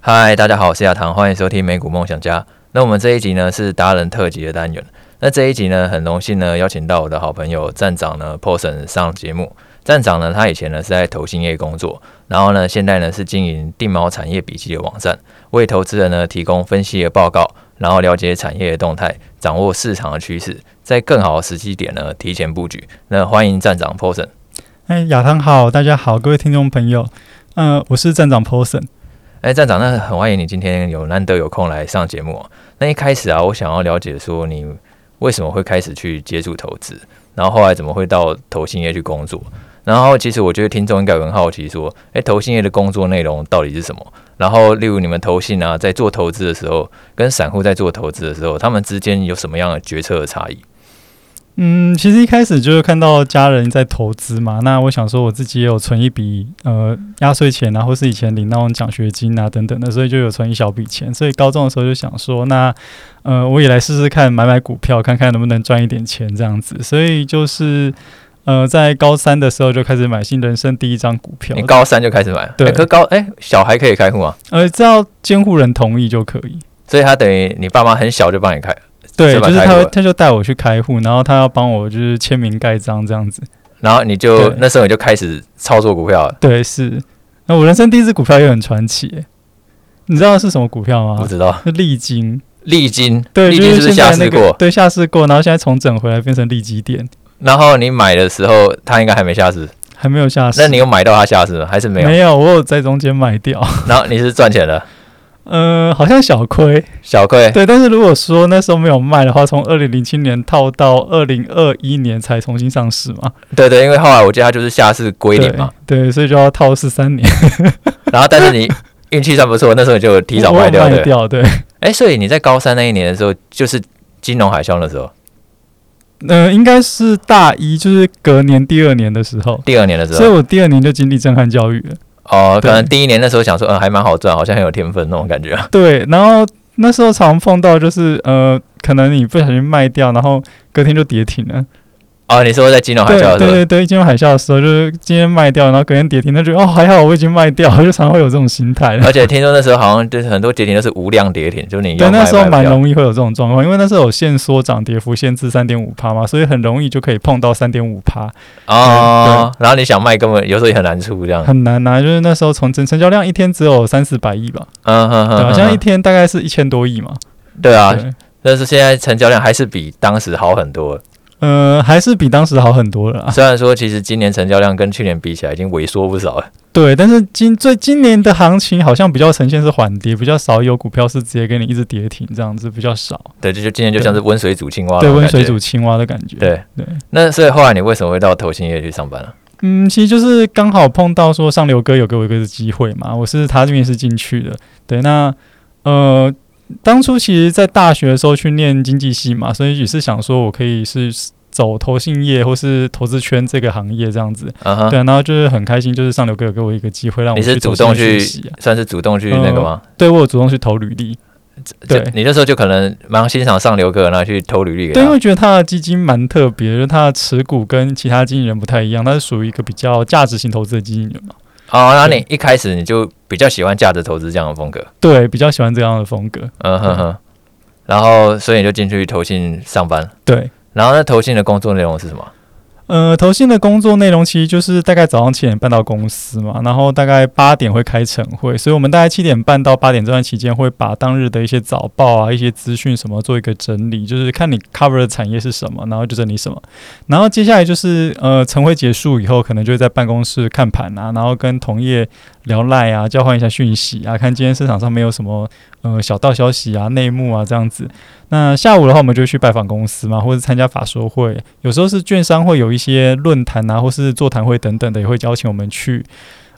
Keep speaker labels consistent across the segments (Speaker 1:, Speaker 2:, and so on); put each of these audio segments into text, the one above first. Speaker 1: 嗨，大家好，我是亚堂，欢迎收听美股梦想家。那我们这一集呢是达人特辑的单元。那这一集呢，很荣幸呢邀请到我的好朋友站长呢 Poson 上节目。站长呢，他以前呢是在投信业工作，然后呢现在呢是经营定锚产业笔记的网站，为投资人呢提供分析的报告，然后了解产业的动态，掌握市场的趋势，在更好的时机点呢提前布局。那欢迎站长 Poson。
Speaker 2: 哎，亚堂好，大家好，各位听众朋友，嗯、我是站长 Poson。
Speaker 1: 哎，站长，那很欢迎你今天有难得有空来上节目、啊。那一开始啊，我想要了解说你为什么会开始去接触投资，然后后来怎么会到投信业去工作？然后其实我觉得听众应该有很好奇说，哎，投信业的工作内容到底是什么？然后例如你们投信啊，在做投资的时候，跟散户在做投资的时候，他们之间有什么样的决策的差异？
Speaker 2: 嗯，其实一开始就是看到家人在投资嘛，那我想说我自己也有存一笔呃压岁钱啊，或是以前领那种奖学金啊等等的，所以就有存一小笔钱。所以高中的时候就想说，那呃我也来试试看买买股票，看看能不能赚一点钱这样子。所以就是呃在高三的时候就开始买新人生第一张股票
Speaker 1: 你，高三就开始买，
Speaker 2: 对
Speaker 1: 哎可高哎小孩可以开户啊，
Speaker 2: 呃只要监护人同意就可以。
Speaker 1: 所以他等于你爸妈很小就帮你开，
Speaker 2: 对，
Speaker 1: 是吧
Speaker 2: 就是
Speaker 1: 开
Speaker 2: 他
Speaker 1: 户
Speaker 2: 会
Speaker 1: 了
Speaker 2: 他就带我去开户，然后他要帮我就是签名盖章这样子。
Speaker 1: 然后你就
Speaker 2: 对
Speaker 1: 那时候你就开始操作股票了，
Speaker 2: 对，是。那我人生第一只股票也很传奇耶，你知道是什么股票
Speaker 1: 不
Speaker 2: 吗？
Speaker 1: 知道。
Speaker 2: 是利金。
Speaker 1: 历经，
Speaker 2: 啊对，
Speaker 1: 历
Speaker 2: 就
Speaker 1: 经是不
Speaker 2: 现
Speaker 1: 是下
Speaker 2: 在
Speaker 1: 市
Speaker 2: 那
Speaker 1: 过？
Speaker 2: 个对下市过，然后现在重整回来变成利基点，
Speaker 1: 然后你买的时候，它应该还没下市，
Speaker 2: 还没有下市。
Speaker 1: 那你有买到它下市吗？还是没有？
Speaker 2: 没有，我有在中间卖掉，
Speaker 1: 然后你是赚钱的，
Speaker 2: 呃，好像小亏。
Speaker 1: 小亏，
Speaker 2: 对，但是如果说那时候没有卖的话，从二零零七年套到二零二一年才重新上市嘛，
Speaker 1: 对对，因为后来我记得它就是下市归零
Speaker 2: 对
Speaker 1: 嘛，
Speaker 2: 对，所以就要套十三年，
Speaker 1: 然后但是你运气算不错，那时候你就提早
Speaker 2: 我有
Speaker 1: 卖掉
Speaker 2: 卖
Speaker 1: 的。
Speaker 2: 掉，对。
Speaker 1: 哎，所以你在高三那一年的时候，就是金融海啸的时候，
Speaker 2: 呃，应该是大一，就是隔年第二年的时候，
Speaker 1: 第二年的时
Speaker 2: 所以
Speaker 1: 候，
Speaker 2: 我第二年就经历震撼教育了。
Speaker 1: 哦，可
Speaker 2: 对
Speaker 1: 能第一年那时候想说，嗯，还蛮好赚，好像很有天分那种感觉。
Speaker 2: 对，然后那时候常碰到就是呃，可能你不小心卖掉，然后隔天就跌停了。
Speaker 1: 哦，你说在金融海啸
Speaker 2: 对
Speaker 1: 的时
Speaker 2: 对
Speaker 1: 候，
Speaker 2: 对对，金融海啸的时候，就是今天卖掉，然后隔天跌停，他觉得哦还好我已经卖掉，就常会有这种心态。
Speaker 1: 而且听说那时候好像就是很多跌停都是无量跌停，就是你
Speaker 2: 对，
Speaker 1: 要
Speaker 2: 那
Speaker 1: 卖
Speaker 2: 时候
Speaker 1: 卖不
Speaker 2: 蛮
Speaker 1: 掉
Speaker 2: 容易会有这种状况，因为那时候有限缩涨跌幅限制三点五趴嘛，所以很容易就可以碰到三点五趴，
Speaker 1: 嗯哦，然后你想卖根本有时候也很难出这 样。
Speaker 2: 很难拿。就是那时候从成成交量一天只有三四百亿吧，
Speaker 1: 嗯哼哼哼
Speaker 2: 对吧？
Speaker 1: 哼，
Speaker 2: 现在一天大概是一千多亿嘛。
Speaker 1: 对啊，
Speaker 2: 对，
Speaker 1: 但是现在成交量还是比当时好很多。
Speaker 2: 呃，还是比当时好很多了啊。
Speaker 1: 虽然说其实今年成交量跟去年比起来已经萎缩不少了。
Speaker 2: 对，但是今最今年的行情好像比较呈现是缓跌，比较少有股票是直接给你一直跌停这样子，比较少。
Speaker 1: 对，就就今年就像是温水煮青蛙。
Speaker 2: 对，温水煮。青蛙的感觉。
Speaker 1: 啊对
Speaker 2: 对，
Speaker 1: 那所以后来你为什么会到投信业去上班了、
Speaker 2: 嗯，其实就是刚好碰到说上流哥有给我一个机会嘛，我是他面试进去的。对，那呃。当初其实，在大学的时候去念经济系嘛，所以也是想说我可以是走投信业或是投资圈这个行业这样子。
Speaker 1: 啊？嗯哼，
Speaker 2: 对啊，然后就是很开心，就是上流哥有给我一个机会让我
Speaker 1: 你是
Speaker 2: 去投
Speaker 1: 主
Speaker 2: 信
Speaker 1: 动
Speaker 2: 业
Speaker 1: 去
Speaker 2: 学习啊，
Speaker 1: 算是主动去那个吗？
Speaker 2: 对我有主动去投履历，
Speaker 1: 就
Speaker 2: 对
Speaker 1: 你那时候就可能蛮欣赏上流哥，然后去投履历给
Speaker 2: 对，因
Speaker 1: 他。
Speaker 2: 为觉得他的基金蛮特别，就是他的持股跟其他经纪人不太一样，他是属于一个比较价值型投资的经纪人嘛，
Speaker 1: 哦，那你一开始你就比较喜欢价值投资这样的风格。
Speaker 2: 对，比较喜欢这样的风格，
Speaker 1: 嗯哼哼。然后，所以你就进去投信上班。
Speaker 2: 对。
Speaker 1: 然后那投信的工作内容是什么？
Speaker 2: 呃，投信的工作内容其实就是大概早上七点半到公司嘛，然后大概八点会开晨会，所以我们大概七点半到八点这段期间会把当日的一些早报啊、一些资讯什么做一个整理，就是看你 cover 的产业是什么，然后就整理什么。然后接下来就是呃，晨会结束以后，可能就会在办公室看盘啊，然后跟同业聊赖啊，交换一下讯息啊，看今天市场上面有什么呃小道消息啊、内幕啊这样子。那下午的话，我们就去拜访公司嘛，或者参加法说会，有时候是券商会有一些论坛啊，或是座谈会等等的，也会邀请我们去。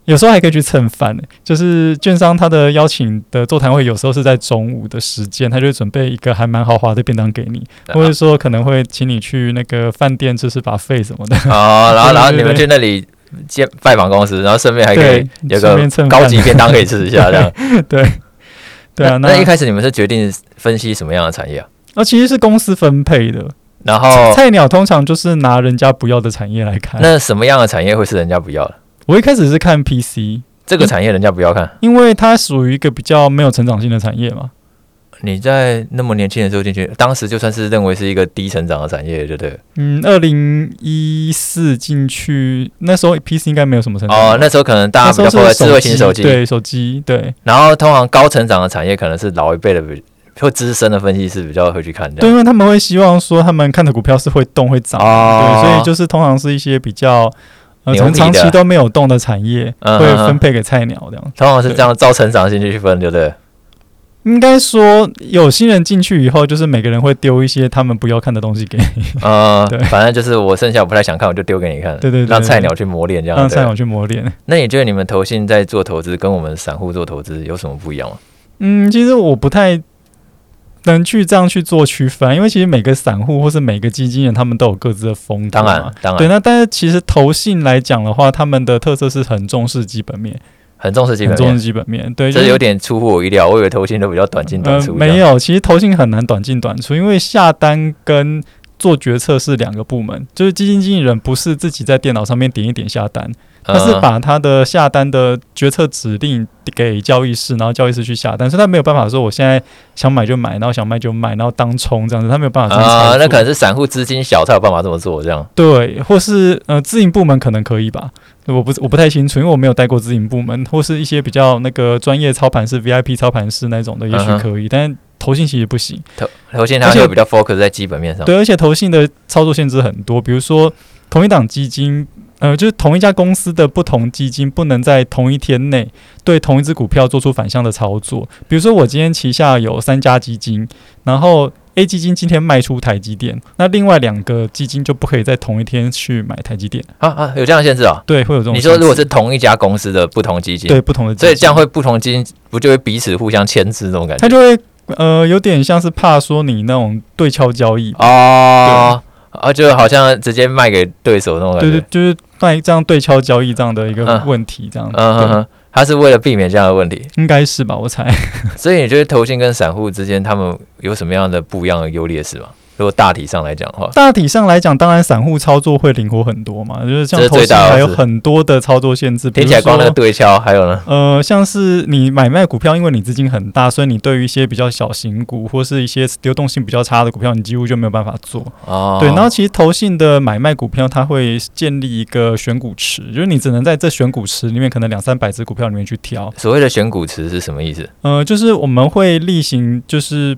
Speaker 2: 有时候还可以去蹭饭，欸就是券商他的邀请的座谈会，有时候是在中午的时间，他就会准备一个还蛮豪华的便当给你，
Speaker 1: 啊
Speaker 2: 或者说可能会请你去那个饭店吃吃把费什么的，
Speaker 1: 哦，然后
Speaker 2: 对对
Speaker 1: 然后你
Speaker 2: 对
Speaker 1: 们去那里见拜访公司，然后顺便还可以
Speaker 2: 对，
Speaker 1: 有
Speaker 2: 顺
Speaker 1: 个
Speaker 2: 便蹭
Speaker 1: 高
Speaker 2: 饭
Speaker 1: 级便当可以吃一下，这样。
Speaker 2: 对啊，
Speaker 1: 那
Speaker 2: 那
Speaker 1: 那一开始你们是决定分析什么样的产业啊？
Speaker 2: 哦其实是公司分配的，
Speaker 1: 然后
Speaker 2: 菜鸟通常就是拿人家不要的产业来看。
Speaker 1: 那什么样的产业会是人家不要的？
Speaker 2: 我一开始是看 PC，
Speaker 1: 这个产业人家不要看。
Speaker 2: 因为它属于一个比较没有成长性的产业嘛。
Speaker 1: 你在那么年轻的时候进去，当时就算是认为是一个低成长的产业，对不对了？
Speaker 2: 嗯，二零一四进去那时候 PC 应该没有什么成长。
Speaker 1: 哦，那时候可能大家比较
Speaker 2: 嗯那时候
Speaker 1: 会
Speaker 2: 是
Speaker 1: 智慧型手机，啊
Speaker 2: 对手机，对
Speaker 1: 然后通常高成长的产业可能是老一辈的比或资深的分析师比较会去看这
Speaker 2: 对，
Speaker 1: 样。
Speaker 2: 因为他们会希望说他们看的股票是会动会涨的，
Speaker 1: 哦
Speaker 2: 对，所以就是通常是一些比较呃
Speaker 1: 牛
Speaker 2: 可能
Speaker 1: 逼的
Speaker 2: 长期都没有动的产业，
Speaker 1: 嗯
Speaker 2: 会
Speaker 1: 嗯嗯
Speaker 2: 分配给菜鸟这样。
Speaker 1: 通常是这样照成长性去分，对不 对？
Speaker 2: 应该说，有新人进去以后，就是每个人会丢一些他们不要看的东西给你，
Speaker 1: 呃
Speaker 2: 对，
Speaker 1: 反正就是我剩下不太想看，我就丢给你看，
Speaker 2: 对对对对
Speaker 1: 让菜鸟去磨练这样。
Speaker 2: 让
Speaker 1: 对
Speaker 2: 菜鸟去磨练。
Speaker 1: 那你觉得你们投信在做投资跟我们散户做投资有什么不一样吗？
Speaker 2: 嗯，其实我不太能去这样去做区分，啊因为其实每个散户或是每个基金人，他们都有各自的风格
Speaker 1: 当
Speaker 2: 嘛。
Speaker 1: 然，当
Speaker 2: 对，
Speaker 1: 然，
Speaker 2: 那但是其实投信来讲的话，他们的特色是很重视基本面，
Speaker 1: 很重视基
Speaker 2: 很
Speaker 1: 本
Speaker 2: 重
Speaker 1: 面
Speaker 2: 视，基本面。对，就
Speaker 1: 这
Speaker 2: 是
Speaker 1: 有点出乎我意料，我以为投信都比较短进短
Speaker 2: 呃
Speaker 1: 出。
Speaker 2: 没，有，其实投信很难短进短出，因为下单跟做决策是两个部门，就是基金经理人不是自己在电脑上面点一点下单，他是
Speaker 1: 嗯
Speaker 2: 把他的下单的决策指令给交易室，然后交易室去下单，所以他没有办法说我现在想买就买，然后想卖就卖，然后当冲这样子，他没有办法这样操
Speaker 1: 啊，
Speaker 2: 作
Speaker 1: 那可能是散户资金小才有办法这么做，这样。
Speaker 2: 对，或是呃，自营部门可能可以吧，我不我不太清楚，因为我没有带过自营部门，或是一些比较那个专业操盘师、VIP 操盘师那种的，也许
Speaker 1: 嗯哼
Speaker 2: 可以，但投信其实不行。
Speaker 1: 投投信它
Speaker 2: 而且
Speaker 1: 就比较 focus 在基本面上。
Speaker 2: 对，而且投信的操作限制很多，比如说同一档基金，呃，就是同一家公司的不同基金不能在同一天内对同一只股票做出反向的操作。比如说我今天旗下有三家基金，然后 A 基金今天卖出台积电，那另外两个基金就不可以在同一天去买台积电。
Speaker 1: 啊啊，有这样的限制啊？
Speaker 2: 对，会有这种
Speaker 1: 你
Speaker 2: 限
Speaker 1: 说
Speaker 2: 制。
Speaker 1: 如果是同一家公司的不同基金，
Speaker 2: 对不同的基金，
Speaker 1: 所以这样会不同基金不就会彼此互相牵制那种感觉
Speaker 2: 他？就会呃有点像是怕说你那种对敲交易，
Speaker 1: 哦，啊，就好像直接卖给对手那种感
Speaker 2: 对对
Speaker 1: 觉。，
Speaker 2: 就是卖这样对敲交易这样的一个
Speaker 1: 嗯
Speaker 2: 问题，这样子。
Speaker 1: 嗯哼
Speaker 2: 对
Speaker 1: 哼，他是为了避免这样的问题，
Speaker 2: 应该是吧，我猜。
Speaker 1: 所以你觉得投信跟散户之间他们有什么样的不一样的优劣势吗？如果大体上来讲的话，
Speaker 2: 大体上来讲，当然散户操作会灵活很多嘛，就是像
Speaker 1: 这是
Speaker 2: 投
Speaker 1: 最
Speaker 2: 信
Speaker 1: 大的
Speaker 2: 还有
Speaker 1: 是
Speaker 2: 很多的操作限制，比
Speaker 1: 听
Speaker 2: 如
Speaker 1: 起来光那个
Speaker 2: 说
Speaker 1: 对敲，还有呢，
Speaker 2: 呃，像是你买卖股票，因为你资金很大，所以你对于一些比较小型股或是一些流动性比较差的股票，你几乎就没有办法做。
Speaker 1: 哦，
Speaker 2: 对，然后其实投信的买卖股票，它会建立一个选股池，就是你只能在这选股池里面，可能两三百只股票里面去挑。
Speaker 1: 所谓的选股池是什么意思？
Speaker 2: 呃，就是我们会例行就是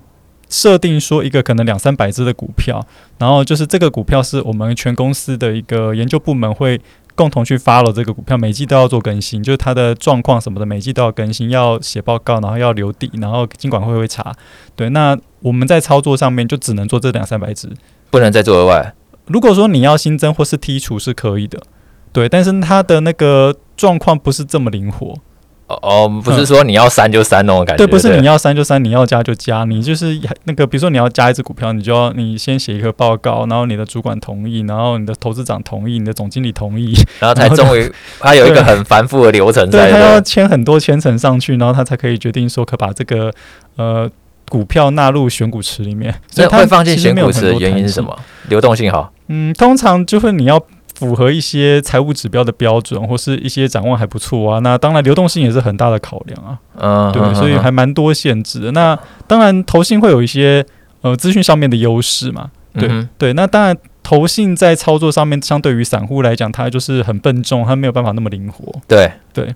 Speaker 2: 设定说一个可能两三百只的股票，然后就是这个股票是我们全公司的一个研究部门会。共同去 follow 这个股票，每季都要做更新，就是它的状况什么的，每季都要更新，要写报告，然后要留底，然后金管会会查。对，那我们在操作上面就只能做这两三百只，
Speaker 1: 不能再做额外。
Speaker 2: 如果说你要新增或是剔除是可以的，对，但是它的那个状况不是这么灵活，
Speaker 1: 哦哦，不是说你要删就删那种感觉，
Speaker 2: 嗯对，不是你
Speaker 1: 要
Speaker 2: 要删就删，你要加就加，你就是那个，比如说你要加一只股票，你就要你先写一个报告，然后你的主管同意，然后你的投资长同意，你的总经理同意，
Speaker 1: 然后才
Speaker 2: 然后
Speaker 1: 终于，它有一个很繁复的流程在
Speaker 2: 对他要
Speaker 1: 的。
Speaker 2: 签很多签层上去，然后他才可以决定说可把这个呃股票纳入选股池里面，所以
Speaker 1: 那
Speaker 2: 它
Speaker 1: 会放进
Speaker 2: 其实
Speaker 1: 选
Speaker 2: 没有
Speaker 1: 股
Speaker 2: 很
Speaker 1: 池的
Speaker 2: 多
Speaker 1: 原因
Speaker 2: 弹
Speaker 1: 是什
Speaker 2: 性
Speaker 1: 么？流动性好。
Speaker 2: 嗯，通常就会你要符合一些财务指标的标准，或是一些展望还不错啊。那当然，流动性也是很大的考量啊。
Speaker 1: 嗯，
Speaker 2: 对，
Speaker 1: 嗯
Speaker 2: 所以
Speaker 1: 嗯
Speaker 2: 还蛮多限制的。那当然，投信会有一些呃资讯上面的优势嘛。对、
Speaker 1: 嗯哼
Speaker 2: 对，那当然，投信在操作上面，相对于散户来讲，它就是很笨重，它没有办法那么灵活。
Speaker 1: 对
Speaker 2: 对。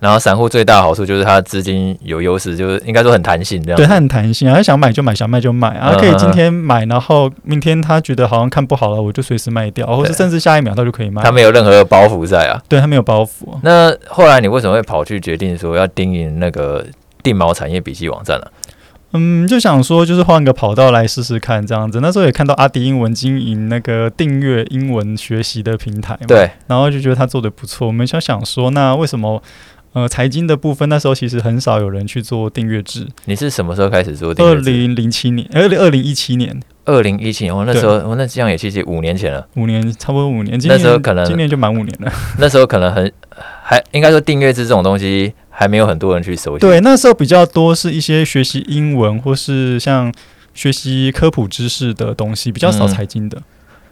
Speaker 1: 然后散户最大的好处就是它资金有优势，就是应该说很弹性这样。
Speaker 2: 对，它很弹性啊，它想买就买，想卖就卖啊，它可以
Speaker 1: 嗯
Speaker 2: 今
Speaker 1: 嗯嗯
Speaker 2: 天买，然后明天他觉得好像看不好了，我就随时卖掉，或是
Speaker 1: 对
Speaker 2: 甚至下一秒他就可以卖
Speaker 1: 它。没有任何的包袱在啊。
Speaker 2: 对，它没有包袱。
Speaker 1: 那后来你为什么会跑去决定说要经营那个定锚产业笔记网站啊呢、
Speaker 2: 嗯，就想说就是换个跑道来试试看这样子。那时候也看到阿迪英文经营那个订阅英文学习的平台嘛，，
Speaker 1: 对，
Speaker 2: 然后就觉得他做的不错。我们就想说，那为什么呃财经的部分那时候其实很少有人去做订阅制？
Speaker 1: 你是什么时候开始做订
Speaker 2: 二
Speaker 1: 阅制？
Speaker 2: 零零七年，二零二零一七年，
Speaker 1: 二零一七年，哦我那时候我那这样也其实五年前了。
Speaker 2: 五年差不多五年，今
Speaker 1: 那
Speaker 2: 年
Speaker 1: 时候可能
Speaker 2: 今年就满五年了。
Speaker 1: 那时候可能很还应该说订阅制这种东西还没有很多人去熟悉。
Speaker 2: 对，那时候比较多是一些学习英文或是像学习科普知识的东西，比较少
Speaker 1: 嗯
Speaker 2: 财经的。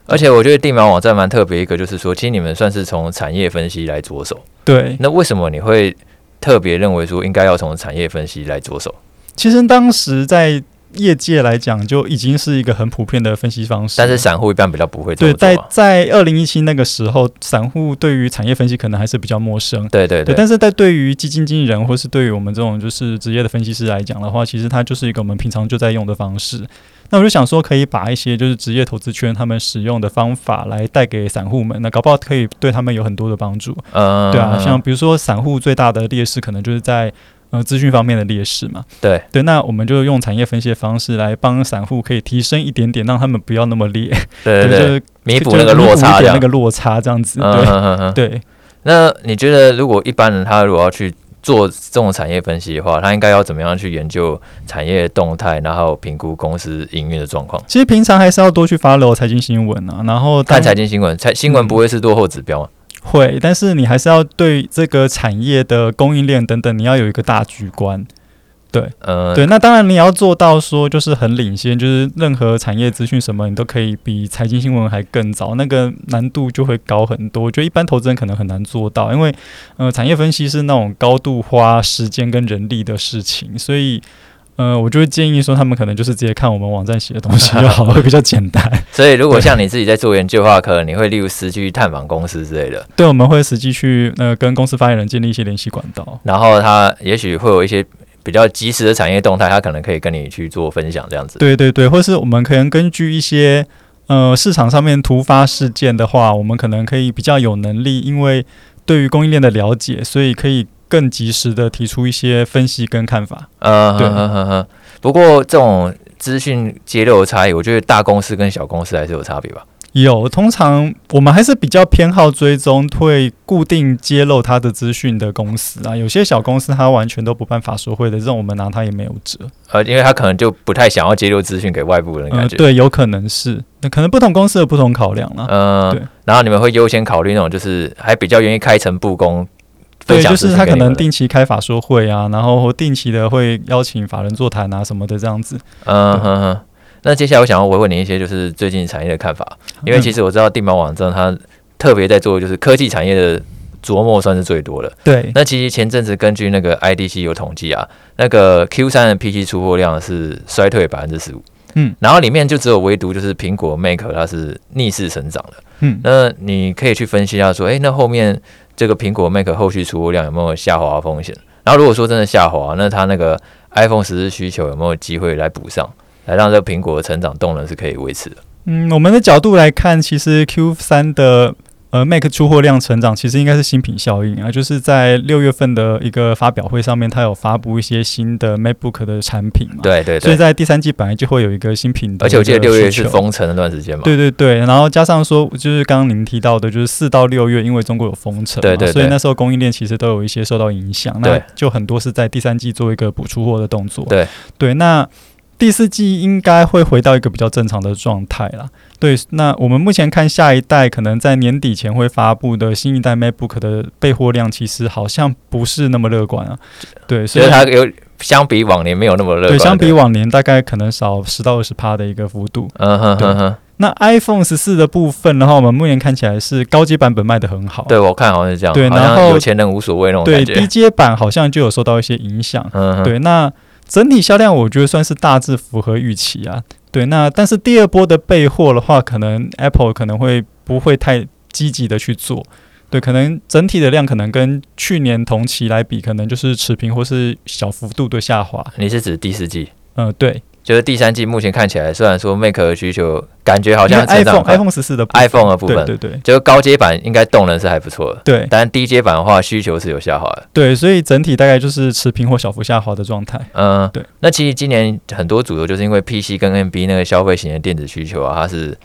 Speaker 1: 而且我觉得地锚网站蛮特别一个，就是说，其实你们算是从产业分析来着手。
Speaker 2: 对，
Speaker 1: 那为什么你会特别认为说应该要从产业分析来着手？
Speaker 2: 其实当时在业界来讲，就已经是一个很普遍的分析方式了。
Speaker 1: 但是散户一般比较不会这
Speaker 2: 对，
Speaker 1: 么做啊
Speaker 2: 在
Speaker 1: 嘛。
Speaker 2: 在二零一七那个时候，散户对于产业分析可能还是比较陌生。
Speaker 1: 对对
Speaker 2: 对，
Speaker 1: 对
Speaker 2: 但是在对于基金经理人或是对于我们这种就是职业的分析师来讲的话，其实它就是一个我们平常就在用的方式。那我就想说，可以把一些就是职业投资圈他们使用的方法来带给散户们，那搞不好可以对他们有很多的帮助。
Speaker 1: 嗯，
Speaker 2: 对啊，像比如说散户最大的劣势可能就是在呃资讯方面的劣势嘛。
Speaker 1: 对
Speaker 2: 对，那我们就用产业分析的方式来帮散户可以提升一点点，让他们不要那么劣，
Speaker 1: 对对
Speaker 2: 就
Speaker 1: 对，
Speaker 2: 是
Speaker 1: 弥补
Speaker 2: 就
Speaker 1: 那个
Speaker 2: 弥
Speaker 1: 落
Speaker 2: 一
Speaker 1: 差这
Speaker 2: 点
Speaker 1: 样
Speaker 2: 那个落差这样子。
Speaker 1: 嗯嗯嗯嗯。
Speaker 2: 对对，
Speaker 1: 那你觉得，如果一般人他如果要去做这种产业分析的话，他应该要怎么样去研究产业动态，然后评估公司营运的状况？
Speaker 2: 其实平常还是要多去 follow 财经新闻啊，然后当
Speaker 1: 看财经新闻，财新闻不会是落后指标嘛？
Speaker 2: 会，但是你还是要对这个产业的供应链等等，你要有一个大局观。
Speaker 1: 嗯，
Speaker 2: 对，那当然你要做到说就是很领先，就是任何产业资讯什么你都可以比财经新闻还更早，那个难度就会高很多。我觉得一般投资人可能很难做到，因为呃产业分析是那种高度花时间跟人力的事情，所以。呃，我就会建议说，他们可能就是直接看我们网站写的东西就好了， 会比较简单。
Speaker 1: 所以如果像你自己在做研究的话，可能你会例如实际去探访公司之类的，
Speaker 2: 对，我们会实际去呃跟公司发言人建立一些联系管道。
Speaker 1: 然后他也许会有一些比较及时的产业动态，他可能可以跟你去做分享这样 子。
Speaker 2: 对对对，或是我们可能根据一些呃市场上面突发事件的话，我们可能可以比较有能力，因为对于供应链的了解，所以可以更及时的提出一些分析跟看法。
Speaker 1: 呃，
Speaker 2: 对
Speaker 1: 呵呵呵呵不过这种资讯揭露的差异，我觉得大公司跟小公司还是有差别吧。
Speaker 2: 有，通常我们还是比较偏好追踪会固定揭露它的资讯的公司啊，有些小公司它完全都不办法说会的，这种我们拿它也没有辙。
Speaker 1: 呃，因为他可能就不太想要揭露资讯给外部人，
Speaker 2: 嗯、
Speaker 1: 感觉。
Speaker 2: 对，有可能是，那可能不同公司有不同考量啦。
Speaker 1: 嗯
Speaker 2: 对，
Speaker 1: 然后你们会优先考虑那种就是还比较愿意开诚布公分
Speaker 2: 对，
Speaker 1: 享
Speaker 2: 就
Speaker 1: 知
Speaker 2: 是
Speaker 1: 识
Speaker 2: 他
Speaker 1: 给
Speaker 2: 可
Speaker 1: 你们
Speaker 2: 能
Speaker 1: 的，
Speaker 2: 定期开法说会啊，然后定期的会邀请法人座谈啊什么的这样子。
Speaker 1: 嗯哼哼。那接下来我想要问问你一些就是最近产业的看法，因为其
Speaker 2: 实、
Speaker 1: 实我知道地锚网站它特别在做的就是科技产业的琢磨算是最多的。
Speaker 2: 对
Speaker 1: 那其实前阵子根据那个 IDC 有统计啊，那个 Q 三的 PC 出货量是衰退百分之十五，
Speaker 2: 嗯，
Speaker 1: 然后里面就只有唯独就是苹果 Mac 它是逆势成长的。
Speaker 2: 嗯，
Speaker 1: 那你可以去分析一下，说，诶，那后面这个苹果 Mac 后续出货量有没有下滑的风险？然后如果说真的下滑，那它那个 iPhone 十四需求有没有机会来补上，来让这个苹果的成长动能是可以维持的？
Speaker 2: 嗯，我们的角度来看，其实 Q 三的呃 Mac 出货量成长，其实应该是新品效应啊，就是在六月份的一个发表会上面，它有发布一些新的 MacBook 的产品嘛。。
Speaker 1: 对对
Speaker 2: 所以
Speaker 1: 对，
Speaker 2: 在第三季本来就会有一个新品的
Speaker 1: 而
Speaker 2: 一
Speaker 1: 且
Speaker 2: 个需求，
Speaker 1: 我记得六月是封城那段时间嘛，
Speaker 2: 对对对，然后加上说，就是刚刚您提到的，就是四到六月，因为中国有封城嘛，
Speaker 1: 对对对
Speaker 2: 所以那时候供应链其实都有一些受到影响，那
Speaker 1: 对
Speaker 2: 就很多是在第三季做一个补出货的动作。
Speaker 1: 对
Speaker 2: 对，那第四季应该会回到一个比较正常的状态啦。对，那我们目前看下一代可能在年底前会发布的新一代 MacBook 的备货量，其实好像不是那么乐观啊。对，所
Speaker 1: 所
Speaker 2: 以
Speaker 1: 以它有相比往年没有那么乐观。
Speaker 2: 对相比，往年大概可能少十到二十趴的一个幅度。
Speaker 1: 嗯哼哼哼，
Speaker 2: 那 iPhone 十四的部分的话，我们目前看起来是高阶版本卖得很好，
Speaker 1: 对我看好像是这样，
Speaker 2: 对
Speaker 1: 好
Speaker 2: 然
Speaker 1: 像
Speaker 2: 后
Speaker 1: 有钱人无所谓那种
Speaker 2: 对
Speaker 1: 感
Speaker 2: 低
Speaker 1: 觉。
Speaker 2: 阶版好像就有受到一些影响。
Speaker 1: 嗯哼，
Speaker 2: 对，那整体销量我觉得算是大致符合预期啊。对，那但是第二波的备货的话，可能 Apple 可能会不会太积极的去做。对，可能整体的量可能跟去年同期来比，可能就是持平或是小幅度的下滑。
Speaker 1: 你是指第四季？
Speaker 2: 嗯、对，
Speaker 1: 就是第三季目前看起来，虽然说 Mac 的需求感觉好
Speaker 2: 因为
Speaker 1: 像成长
Speaker 2: iPhone
Speaker 1: 快
Speaker 2: iPhone 十四的部
Speaker 1: iPhone 的部
Speaker 2: 对
Speaker 1: 分，
Speaker 2: 对对
Speaker 1: 就是高阶版应该动能是还不错的，
Speaker 2: 对
Speaker 1: 但低阶版的话需求是有下滑的。
Speaker 2: 对，所以整体大概就是持平或小幅下滑的状态。
Speaker 1: 嗯，
Speaker 2: 对。
Speaker 1: 那其实今年很多主流就是因为 PC 跟 NB 那个消费型的电子需求啊，它是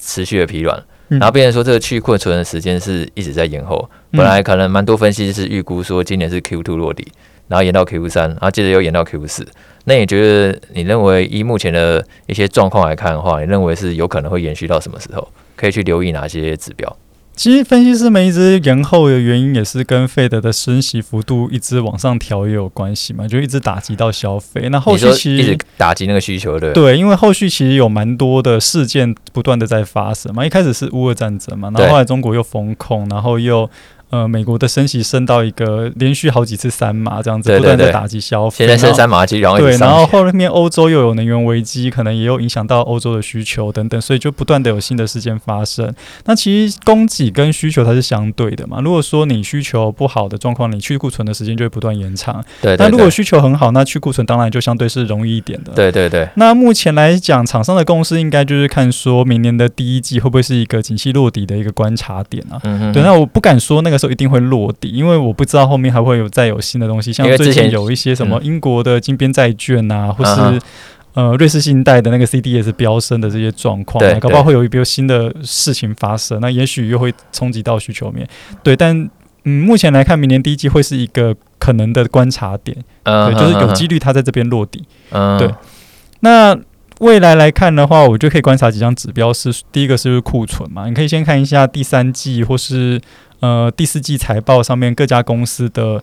Speaker 1: 持续的疲软，
Speaker 2: 嗯
Speaker 1: 然后变成说这个去库存的时间是一直在延后。
Speaker 2: 嗯
Speaker 1: 本来可能蛮多分析师是预估说今年是 Q2 落地，然后延到 Q3，然后接着又延到 Q4。那你觉得你认为以目前的一些状况来看的话，你认为是有可能会延续到什么时候？可以去留意哪些指标？
Speaker 2: 其实分析师们一直延后的原因，也是跟费德的升息幅度一直往上调也有关系嘛，就一直打击到消费。那后
Speaker 1: 你
Speaker 2: 续
Speaker 1: 说
Speaker 2: 其
Speaker 1: 一
Speaker 2: 实
Speaker 1: 直打击那个需求，对不对？
Speaker 2: 对，因为后续其实有蛮多的事件不断的在发生嘛，一开始是乌俄战争嘛，然
Speaker 1: 对
Speaker 2: 后后来中国又封控，然后又呃美国的升息升到一个连续好几次三码这样子，
Speaker 1: 对
Speaker 2: 不断
Speaker 1: 对对
Speaker 2: 的打击消费。
Speaker 1: 现在
Speaker 2: 然后
Speaker 1: 升三麻鸡，然后一
Speaker 2: 对，
Speaker 1: 直
Speaker 2: 然后
Speaker 1: 上去。
Speaker 2: 后面欧洲又有能源危机，可能也有影响到欧洲的需求等等，所以就不断的有新的事件发生。那其实供给跟需求它是相对的嘛。如果说你需求不好的状况，你去库存的时间就会不断延长。
Speaker 1: 对对
Speaker 2: 那如
Speaker 1: 对
Speaker 2: 果需求很好，那去库存当然就相对是容易一点的。
Speaker 1: 对对对，
Speaker 2: 那目前来讲，厂商的共识应该就是看说明年的第一季会不会是一个景气落底的一个观察点啊。
Speaker 1: 嗯哼，
Speaker 2: 对，那我不敢说那个时候一定会落地，因为我不知道后面还会有再有新的东西，像
Speaker 1: 因为之
Speaker 2: 最近
Speaker 1: 前
Speaker 2: 有一些什么
Speaker 1: 嗯
Speaker 2: 英国的金边债券啊，或
Speaker 1: 嗯
Speaker 2: 是呃瑞士信贷的那个 CDS 飙升的这些状况啊
Speaker 1: 对，
Speaker 2: 搞不好
Speaker 1: 对
Speaker 2: 会有一波新的事情发生，那也许又会冲击到需求面。对，但嗯，目前来看，明年第一季会是一个可能的观察点，
Speaker 1: 嗯
Speaker 2: 对，
Speaker 1: 哼
Speaker 2: 就是有几，率它在这边落地。
Speaker 1: 嗯哼，
Speaker 2: 对那未来来看的话，我就可以观察几项指标是，第一个是库存嘛，你可以先看一下第三季或是呃第四季财报上面各家公司的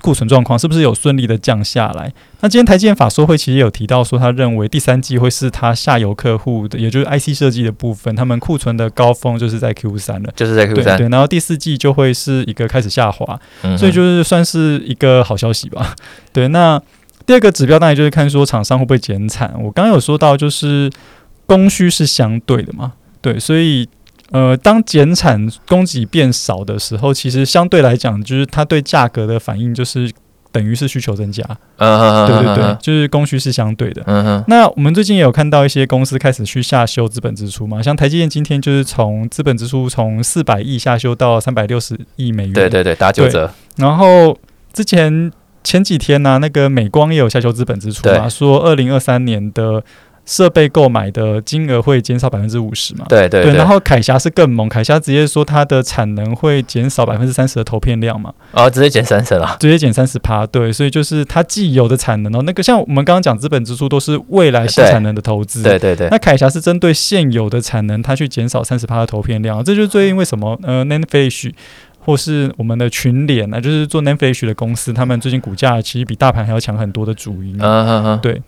Speaker 2: 库存状况是不是有顺利的降下来。那今天台积电法说会其实也有提到说，他认为第三季会是他下游客户的，也就是
Speaker 1: 嗯
Speaker 2: IC 设计的部分，他们库存的高峰就是在 Q 三了。
Speaker 1: 就是在 Q
Speaker 2: 对
Speaker 1: 三，
Speaker 2: 对，然后第四季就会是一个开始下滑，
Speaker 1: 嗯哼
Speaker 2: 所以就是算是一个好消息吧。 对，那第二个指标当然就是看说厂商会不会减产。我刚刚有说到，就是供需是相对的嘛，对，所以呃，当减产供给变少的时候，其实相对来讲，就是它对价格的反应就是等于是需求增加，
Speaker 1: 嗯哼，
Speaker 2: 对对
Speaker 1: 嗯
Speaker 2: 对
Speaker 1: 哼，，
Speaker 2: 就是供需是相对的。
Speaker 1: 嗯哼，
Speaker 2: 那我们最近也有看到一些公司开始去下修资本支出嘛，像台积电今天就是从资本支出从四百亿下修到三百六十亿美元，
Speaker 1: 对对对，打九折，
Speaker 2: 然后之前前几天呢、那个美光也有下修资本支出嘛，
Speaker 1: 对
Speaker 2: 说二零二三年的设备购买的金额会减少百分之五十嘛。
Speaker 1: 对对
Speaker 2: 然后凯霞是更猛，凯霞直接说它的产能会减少百分之三十的投片量嘛，
Speaker 1: 哦，直接减三成了，
Speaker 2: 直接减三十趴，对，所以就是它既有的产能哦，那个像我们刚刚讲资本支出都是未来新
Speaker 1: 对
Speaker 2: 产能的投资，
Speaker 1: 对对对，
Speaker 2: 那凯霞是针对现有的产能，它去减少三十趴的投片量，这就
Speaker 1: 嗯
Speaker 2: 是最近为什么呃 n a n f l i s h 或是我们的群联啊，就是做 n a n f l i s h 的公司，他们最近股价其实比大盘还要强很多的主因。
Speaker 1: 嗯哼哼，
Speaker 2: 对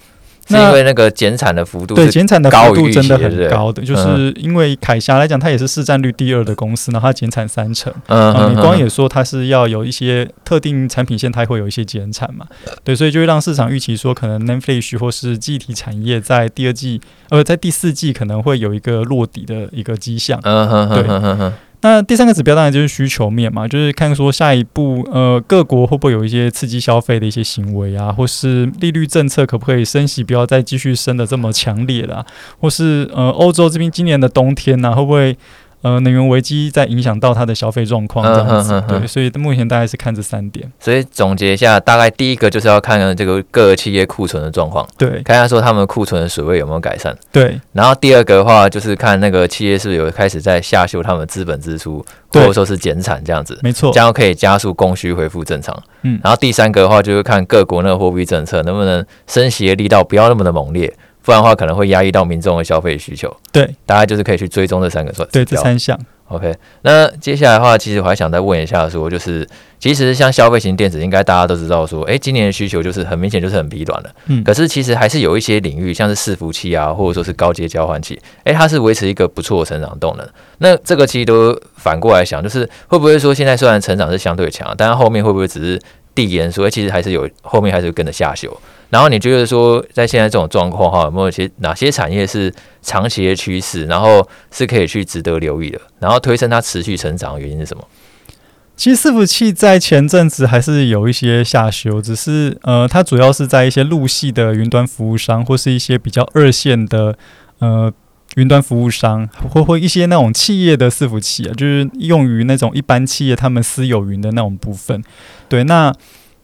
Speaker 1: 是因
Speaker 2: 那
Speaker 1: 为那个减产的幅度
Speaker 2: 对
Speaker 1: 是，
Speaker 2: 减产的
Speaker 1: 高
Speaker 2: 幅度
Speaker 1: 于预
Speaker 2: 真的
Speaker 1: 期的对嗯
Speaker 2: 很高的，就是因为凯霞来讲，它也是市占率第二的公司，然后它减产三成。
Speaker 1: 嗯
Speaker 2: 啊，
Speaker 1: 哼，
Speaker 2: 美光
Speaker 1: 嗯
Speaker 2: 也说它是要有一些特定产品线，它会有一些减产嘛，对，所以就会让市场预期说，可能 n a n f l i s h 或是记忆体产业在第二季，呃，在第四季可能会有一个落底的一个迹象。
Speaker 1: 嗯哼哼哼哼哼，
Speaker 2: 那第三个指标当然就是需求面嘛，就是看说下一步呃各国会不会有一些刺激消费的一些行为啊，或是利率政策可不可以升息，不要再继续升的这么强烈啦，或是呃欧洲这边今年的冬天呢、会不会呃能源危机在影响到它的消费状况这样
Speaker 1: 嗯
Speaker 2: 子？
Speaker 1: 哼哼哼
Speaker 2: 对，所以目前大概是看这三点。
Speaker 1: 所以总结一下，大概第一个就是要看看这个各个企业库存的状况，
Speaker 2: 对
Speaker 1: 看一下说他们库存的水位有没有改善。
Speaker 2: 对
Speaker 1: 然后第二个的话，就是看那个企业是不是有开始在下修他们的资本支出，或
Speaker 2: 对
Speaker 1: 者说是减产这样子，
Speaker 2: 没错
Speaker 1: 这，样可以加速供需恢复正常。
Speaker 2: 嗯
Speaker 1: 然后第三个的话，就是看各国那个货币政策能不能升息的力道不要那么的猛烈，不然的话可能会压抑到民众的消费需求。
Speaker 2: 对
Speaker 1: 大家就是可以去追踪这三个算
Speaker 2: 对
Speaker 1: 指
Speaker 2: 这
Speaker 1: 标
Speaker 2: 三项，
Speaker 1: OK，那接下来的话，其实我还想再问一下说就是其实像消费型电子，应该大家都知道说，诶，今年的需求就是很明显就是很疲软了。
Speaker 2: 嗯
Speaker 1: 可是其实还是有一些领域，像是伺服器啊，或者说是高阶交换器，诶，它是维持一个不错的成长动能。那这个其实都反过来想，就是会不会说现在虽然成长是相对强，但它后面会不会只是递延说，诶其实还是有后面还是会跟着下修？然后你觉得说，在现在这种状况哈，有没有一些哪些产业是长期的趋势，然后是可以去值得留意的，然后推升它持续成长的原因是什么？
Speaker 2: 其实伺服器在前阵子还是有一些下修，只是呃，它主要是在一些陆系的云端服务商，或是一些比较二线的呃云端服务商，或或一些那种企业的伺服器啊，就是用于那种一般企业他们私有云的那种部分。对，那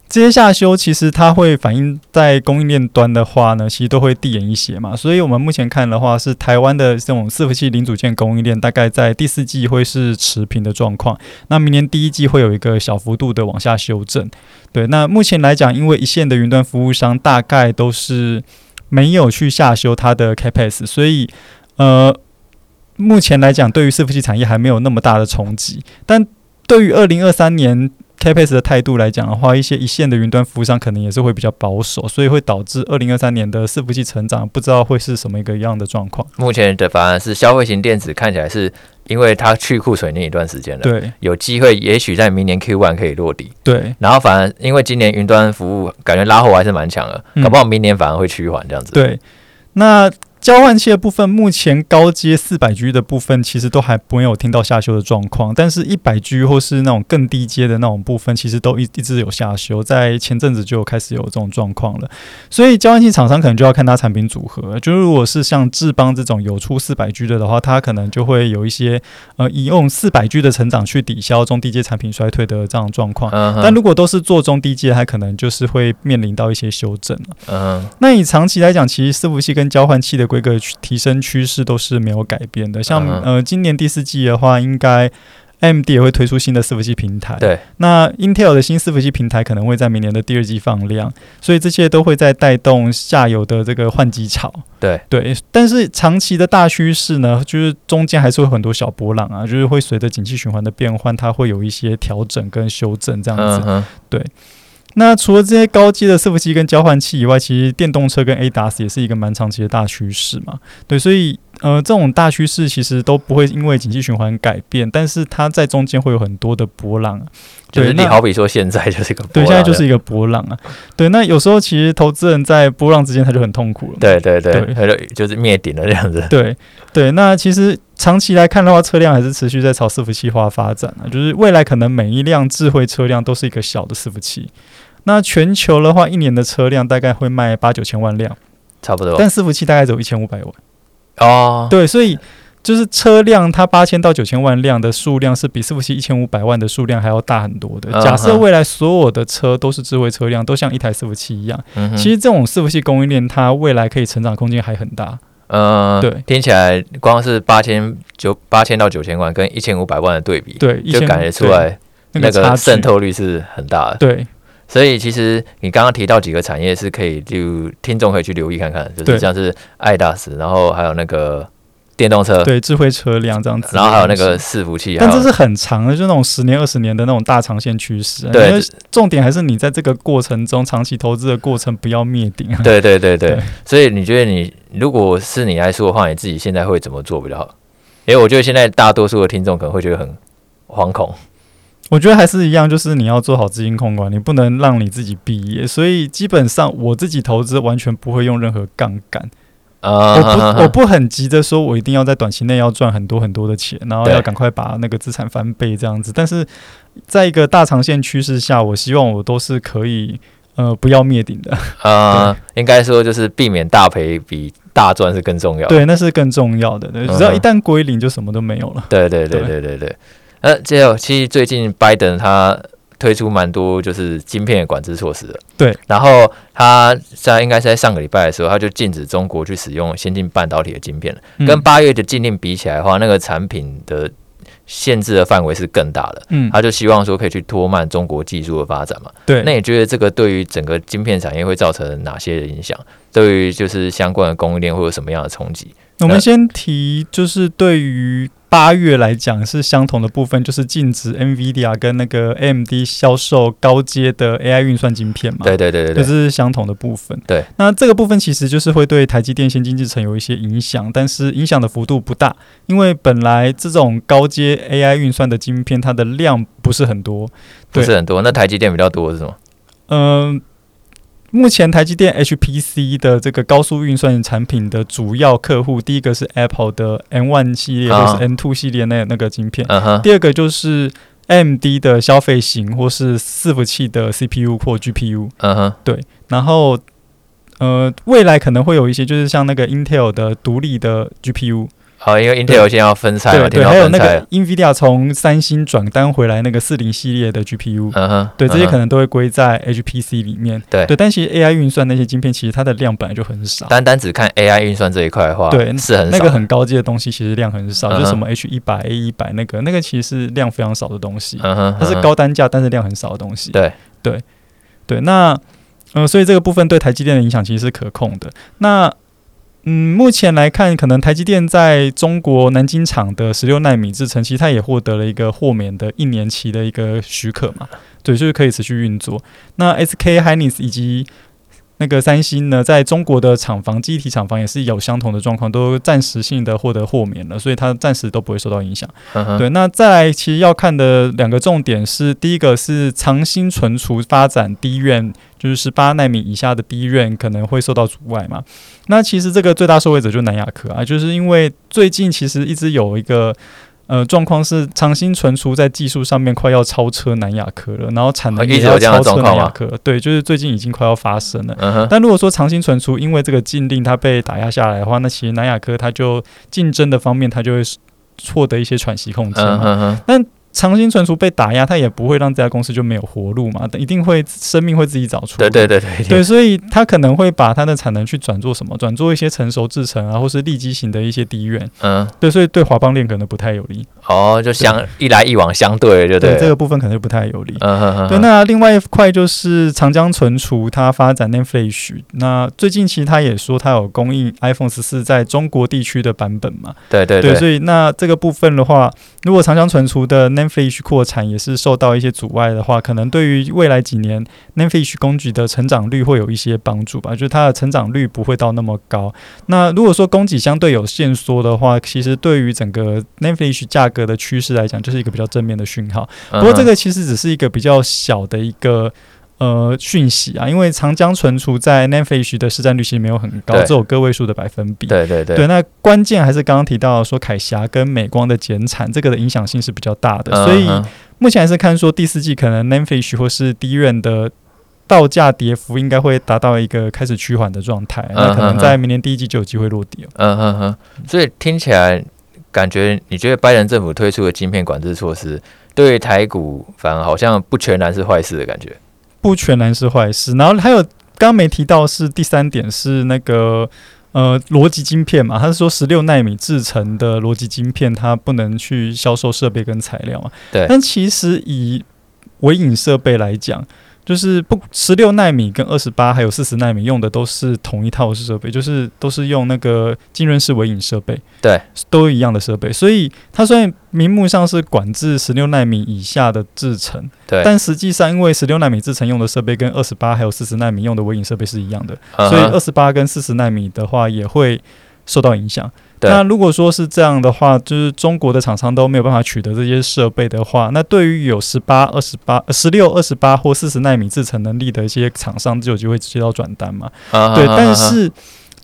Speaker 2: 这些下修其实它会反映在供应链端的话呢，其实都会递延一些嘛。所以我们目前看的话，是台湾的这种伺服器零组件供应链大概在第四季会是持平的状况。那明年第一季会有一个小幅度的往下修正。对，那目前来讲，因为一线的云端服务商大概都是没有去下修它的 capex，所以呃，目前来讲，对于伺服器产业还没有那么大的冲击，但对于二零二三年 CapEx 的态度来讲的话，一些一线的云端服务商可能也是会比较保守，所以会导致二零二三年的伺服器成长不知道会是什么一个样的状况。
Speaker 1: 目前的反而是消费型电子看起来是因为它去库存那一段时间了，
Speaker 2: 对
Speaker 1: 有机会也许在明年 Q one 可以落地。
Speaker 2: 对，
Speaker 1: 然后反而因为今年云端服务感觉拉货还是蛮强的，
Speaker 2: 嗯
Speaker 1: 搞不好明年反而会趋缓这样子。
Speaker 2: 对，那交换器的部分，目前高阶四百 G 的部分其实都还没有听到下修的状况，但是一百 G 或是那种更低阶的那种部分，其实都一一直有下修，在前阵子就有开始有这种状况了。所以交换器厂商可能就要看它产品组合，就如果是像智邦这种有出四百 G 的的话，它可能就会有一些呃以用四百 G 的成长去抵消中低阶产品衰退的这样的状况。
Speaker 1: 嗯哼，
Speaker 2: 但如果都是做中低阶，它可能就是会面临到一些修正了。
Speaker 1: 嗯哼，
Speaker 2: 那以长期来讲，其实伺服器跟交换器的规格趋提升趋势都是没有改变的。像、
Speaker 1: 嗯哼
Speaker 2: 呃，今年第四季的话，应该 AMD 也会推出新的伺服器平台。
Speaker 1: 对，
Speaker 2: 那 Intel 的新伺服器平台可能会在明年的第二季放量，所以这些都会在带动下游的这个换机潮。
Speaker 1: 对
Speaker 2: 对，但是长期的大趋势呢，就是中间还是会有很多小波浪啊，就是会随着景气循环的变换，它会有一些调整跟修正这样子
Speaker 1: 嗯。哼，
Speaker 2: 那除了这些高阶的伺服器跟交换器以外，其实电动车跟 ADAS 也是一个蛮长期的大趋势嘛。对，所以呃，这种大趋势其实都不会因为景气循环改变，但是它在中间会有很多的波浪啊。
Speaker 1: 就是
Speaker 2: 对
Speaker 1: 你
Speaker 2: 那
Speaker 1: 好比说现在就是一个波
Speaker 2: 对，现在
Speaker 1: 浪
Speaker 2: 就是一个波浪啊。对，那有时候其实投资人在波浪之间他就很痛苦了嘛。
Speaker 1: 对对对，
Speaker 2: 对
Speaker 1: 它就就是灭顶了这样子。
Speaker 2: 对对，那其实长期来看的话，车辆还是持续在朝伺服器化发展啊，就是未来可能每一辆智慧车辆都是一个小的伺服器。那全球的话，一年的车辆大概会卖八九千万辆，
Speaker 1: 差不多
Speaker 2: 但伺服器大概只有一千五百万。
Speaker 1: 哦，
Speaker 2: 对，所以就是车辆它八千到九千万辆的数量是比伺服器一千五百万的数量还要大很多的。假
Speaker 1: 嗯
Speaker 2: 设
Speaker 1: 哼
Speaker 2: 未来所有的车都是智慧车辆，都像一台伺服器一样，
Speaker 1: 嗯哼
Speaker 2: 其实这种伺服器供应链它未来可以成长空间还很大。
Speaker 1: 嗯，
Speaker 2: 对
Speaker 1: 听起来光是八千九八千到九千万跟一千五百万的对比，
Speaker 2: 对，一
Speaker 1: 就
Speaker 2: 千
Speaker 1: 感觉出来那
Speaker 2: 那个差
Speaker 1: 个
Speaker 2: 距
Speaker 1: 渗透率是很大的。
Speaker 2: 对。
Speaker 1: 所以其实你刚刚提到几个产业是可以就听众可以去留意看看，就是
Speaker 2: 对
Speaker 1: 像是爱达斯，然后还有那个电动车，
Speaker 2: 对，智慧车辆这样子。
Speaker 1: 然后还有那个，伺服器，
Speaker 2: 但
Speaker 1: 还
Speaker 2: 这
Speaker 1: 有
Speaker 2: 是很长的，就那种十年、二十年的那种大长线趋势啊。
Speaker 1: 对
Speaker 2: 因为重点还是你在这个过程中长期投资的过程不要灭顶啊。
Speaker 1: 对对对对
Speaker 2: 对，
Speaker 1: 所以你觉得你如果是你来说的话，你自己现在会怎么做比较好？因为我觉得现在大多数的听众可能会觉得很惶恐，
Speaker 2: 我觉得还是一样，就是你要做好资金控管，你不能让你自己毕业。所以基本上我自己投资完全不会用任何杠 杆，
Speaker 1: 啊，
Speaker 2: 我不我不很急着说我一定要在短期内要赚很多很多的钱，然后
Speaker 1: 对
Speaker 2: 要赶快把那个资产翻倍这样子。但是在一个大长线趋势下，我希望我都是可以呃不要灭顶的。
Speaker 1: 呃，应该说就是避免大赔比大赚是更重要。
Speaker 2: 对，那是更重要的。对，
Speaker 1: 嗯
Speaker 2: 只要一旦归零，就什么都没有了。
Speaker 1: 对对对对对对。呃，这有其实最近拜登他推出蛮多就是晶片的管制措施的。
Speaker 2: 对。
Speaker 1: 然后他在应该是在上个礼拜的时候，他就禁止中国去使用先进半导体的晶片了。跟
Speaker 2: 嗯
Speaker 1: 八月的禁令比起来的话，那个产品的限制的范围是更大的。
Speaker 2: 嗯，
Speaker 1: 他就希望说可以去拖慢中国技术的发展嘛。
Speaker 2: 对，
Speaker 1: 啊那你觉得这个对于整个晶片产业会造成哪些影响？对于就是相关的供应链会有什么样的冲击？
Speaker 2: 我们先提，就是对于八月来讲是相同的部分，就是禁止 NVIDIA 跟那个 AMD 销售高阶的 AI 运算晶片嘛。
Speaker 1: 对对对对
Speaker 2: 这
Speaker 1: 对，
Speaker 2: 嗯是相同的部分。
Speaker 1: 对，
Speaker 2: 那这个部分其实就是会对台积电先进制程有一些影响，但是影响的幅度不大，因为本来这种高阶 AI 运算的晶片，它的量不是很多，
Speaker 1: 不
Speaker 2: 对
Speaker 1: 是很多。那台积电比较多是什么？
Speaker 2: 嗯，目前台积电 HPC 的这个高速运算产品的主要客户，第一个是 Apple 的 N1 系列
Speaker 1: 啊
Speaker 2: 或是 N2 系列那那个晶片，
Speaker 1: 嗯哼，
Speaker 2: 第二个就是 AMD 的消费型或是伺服器的 CPU 或 GPU，
Speaker 1: 嗯哼，
Speaker 2: 然后。呃，未来可能会有一些，就是像那个 Intel 的独立的 GPU，
Speaker 1: 好，因为 Intel 现在要分拆嘛，
Speaker 2: 对
Speaker 1: 啊听
Speaker 2: 对，
Speaker 1: 到
Speaker 2: 还有
Speaker 1: 分
Speaker 2: 那
Speaker 1: 拆
Speaker 2: 个
Speaker 1: 了，
Speaker 2: NVIDIA 从三星转单回来那个四零系列的 GPU，
Speaker 1: 嗯哼，
Speaker 2: 对，这些
Speaker 1: 嗯哼
Speaker 2: 可。能都会归在 HPC 里面。
Speaker 1: 对
Speaker 2: 但其实 AI 运算那些晶片，其实它的量本来就很少。
Speaker 1: 单单只看 AI 运算这一块的话，
Speaker 2: 对
Speaker 1: 是很
Speaker 2: 那
Speaker 1: 少
Speaker 2: 个很高阶的东西，其实量很少，就是
Speaker 1: 嗯哼
Speaker 2: 什么 H 一百、A 一百那个，那个其实是量非常少的东西，
Speaker 1: 嗯哼，
Speaker 2: 它是
Speaker 1: 嗯哼，
Speaker 2: 高单价，但是量很少的东西。
Speaker 1: 对
Speaker 2: 对对，那呃，所以这个部分对台积电的影响其实是可控的。那嗯，目前来看，可能台积电在中国南京厂的十六纳米制程，其实它也获得了一个豁免的一年期的一个许可嘛，对，就是可以持续运作。那 SK Hynix 以及那个三星呢，在中国的厂房、机体厂房也是有相同的状况，都暂时性的获得豁免了，所以它暂时都不会受到影响。
Speaker 1: 嗯哼，
Speaker 2: 对，那再来其实要看的两个重点是，第一个是长兴存储发展低院，就是十八纳米以下的低院可能会受到阻碍嘛。那其实这个最大受惠者就是南亚科啊，就是因为最近其实一直有一个。呃，状况是长兴存储在技术上面快要超车南亚科了，然后产能
Speaker 1: 哦一
Speaker 2: 也
Speaker 1: 直有
Speaker 2: 要
Speaker 1: 这样的
Speaker 2: 超车
Speaker 1: 状况
Speaker 2: 南亚
Speaker 1: 吗
Speaker 2: 科，对，就是最近已经快要发生了。
Speaker 1: 嗯哼，
Speaker 2: 但如果说长兴存储因为这个禁令它被打压下来的话，那其实南亚科它就竞争的方面它就会获得一些喘息空间
Speaker 1: 嗯
Speaker 2: 嘛。
Speaker 1: 哼哼，
Speaker 2: 长兴存储被打压，它也不会让这家公司就没有活路嘛，一定会生命会自己找出
Speaker 1: 对
Speaker 2: 路。
Speaker 1: 对对对
Speaker 2: 对，所以它可能会把它的产能去转做什么，转做一些成熟制程啊，或是立基型的一些低院。
Speaker 1: 嗯，
Speaker 2: 对，所以对华邦链可能不太有利。
Speaker 1: 哦，就相一来一往相对，就对了，
Speaker 2: 这个部分可能就不太有利。
Speaker 1: 嗯哼哼，
Speaker 2: 对，那另外一块就是长江存储，它发展 Netflix。那最近其实它也说它有供应 iPhone 十四在中国地区的版本嘛，
Speaker 1: 对对
Speaker 2: 对，所以那这个部分的话，如果长江存储的 Netflix 扩产也是受到一些阻碍的话，可能对于未来几年 Netflix 工具的成长率会有一些帮助吧，就是它的成长率不会到那么高。那如果说供给相对有限缩的话，其实对于整个 Netflix 价格的趋势来讲，就是一个比较正面的讯号。
Speaker 1: 嗯哼
Speaker 2: 不过这个其实只是一个比较小的一个。呃，讯息啊，因为长江存储在 Netflix 的市占率其实没有很高，
Speaker 1: 对
Speaker 2: 只有个位数的百分比。
Speaker 1: 对对对，
Speaker 2: 对，那关键还是刚刚提到说凯霞跟美光的减产，这个的影响性是比较大的，
Speaker 1: 嗯
Speaker 2: 所以
Speaker 1: 哼
Speaker 2: 目前还是看说第四季可能 Netflix 或是低院的到价跌幅应该会达到一个开始趋缓的状态，那
Speaker 1: 嗯嗯
Speaker 2: 可
Speaker 1: 嗯
Speaker 2: 能在明年第一季就有机会落地了。
Speaker 1: 嗯哼哼，所以听起来感觉，你觉得拜登政府推出的晶片管制措施，对于台股反而好像不全然是坏事的感觉。
Speaker 2: 不全然是坏事，然后还有刚刚没提到是第三点是那个。呃，逻辑晶片嘛，它是说十六纳米制成的逻辑晶片，它不能去销售设备跟材料嘛。
Speaker 1: 对，
Speaker 2: 但其实以微影设备来讲，就是不十六纳米跟二十八还有四十纳米用的都是同一套设备，就是都是用那个浸润式微影设备，
Speaker 1: 对，
Speaker 2: 都一样的设备。所以它虽然名目上是管制十六纳米以下的制程，
Speaker 1: 对
Speaker 2: 但实际上因为十六纳米制程用的设备跟二十八还有四十纳米用的微影设备是一样的，
Speaker 1: 嗯哼
Speaker 2: 所以二十八跟四十纳米的话也会受到影响。
Speaker 1: 对
Speaker 2: 那如果说是这样的话，就是中国的厂商都没有办法取得这些设备的话，那对于有十八、二十八、呃十六、二十八或四十纳米制程能力的一些厂商，就有机会接到转单嘛？
Speaker 1: 嗯哼
Speaker 2: 对，
Speaker 1: 哼
Speaker 2: 但
Speaker 1: 哼
Speaker 2: 是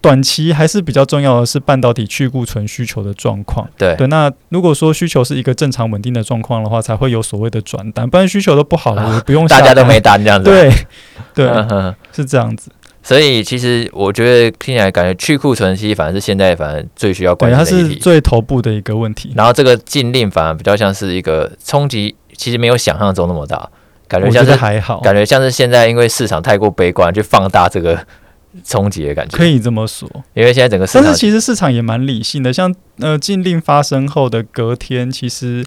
Speaker 2: 短期还是比较重要的是半导体去库存需求的状况。
Speaker 1: 对
Speaker 2: 对，那如果说需求是一个正常稳定的状况的话，才会有所谓的转单，不然需求都不好了，我不用
Speaker 1: 啊大
Speaker 2: 下
Speaker 1: 家都
Speaker 2: 单
Speaker 1: 没单这样子。
Speaker 2: 对对
Speaker 1: 嗯哼哼
Speaker 2: 是这样子。
Speaker 1: 所以其实我觉得听起来感觉去库存期反而是现在反而最需要
Speaker 2: 对，
Speaker 1: 关
Speaker 2: 它
Speaker 1: 心的
Speaker 2: 是
Speaker 1: 议题，
Speaker 2: 最头部的一个问题。
Speaker 1: 然后这个禁令反而比较像是一个冲击，其实没有想象中那么大，感觉
Speaker 2: 我
Speaker 1: 像
Speaker 2: 觉
Speaker 1: 是
Speaker 2: 得还好，
Speaker 1: 感觉像是现在因为市场太过悲观，去放大这个 冲击的感觉。
Speaker 2: 可以这么说。
Speaker 1: 因为现在整个市
Speaker 2: 但是
Speaker 1: 场
Speaker 2: 其实市场也蛮理性的，像呃禁令发生后的隔天，其实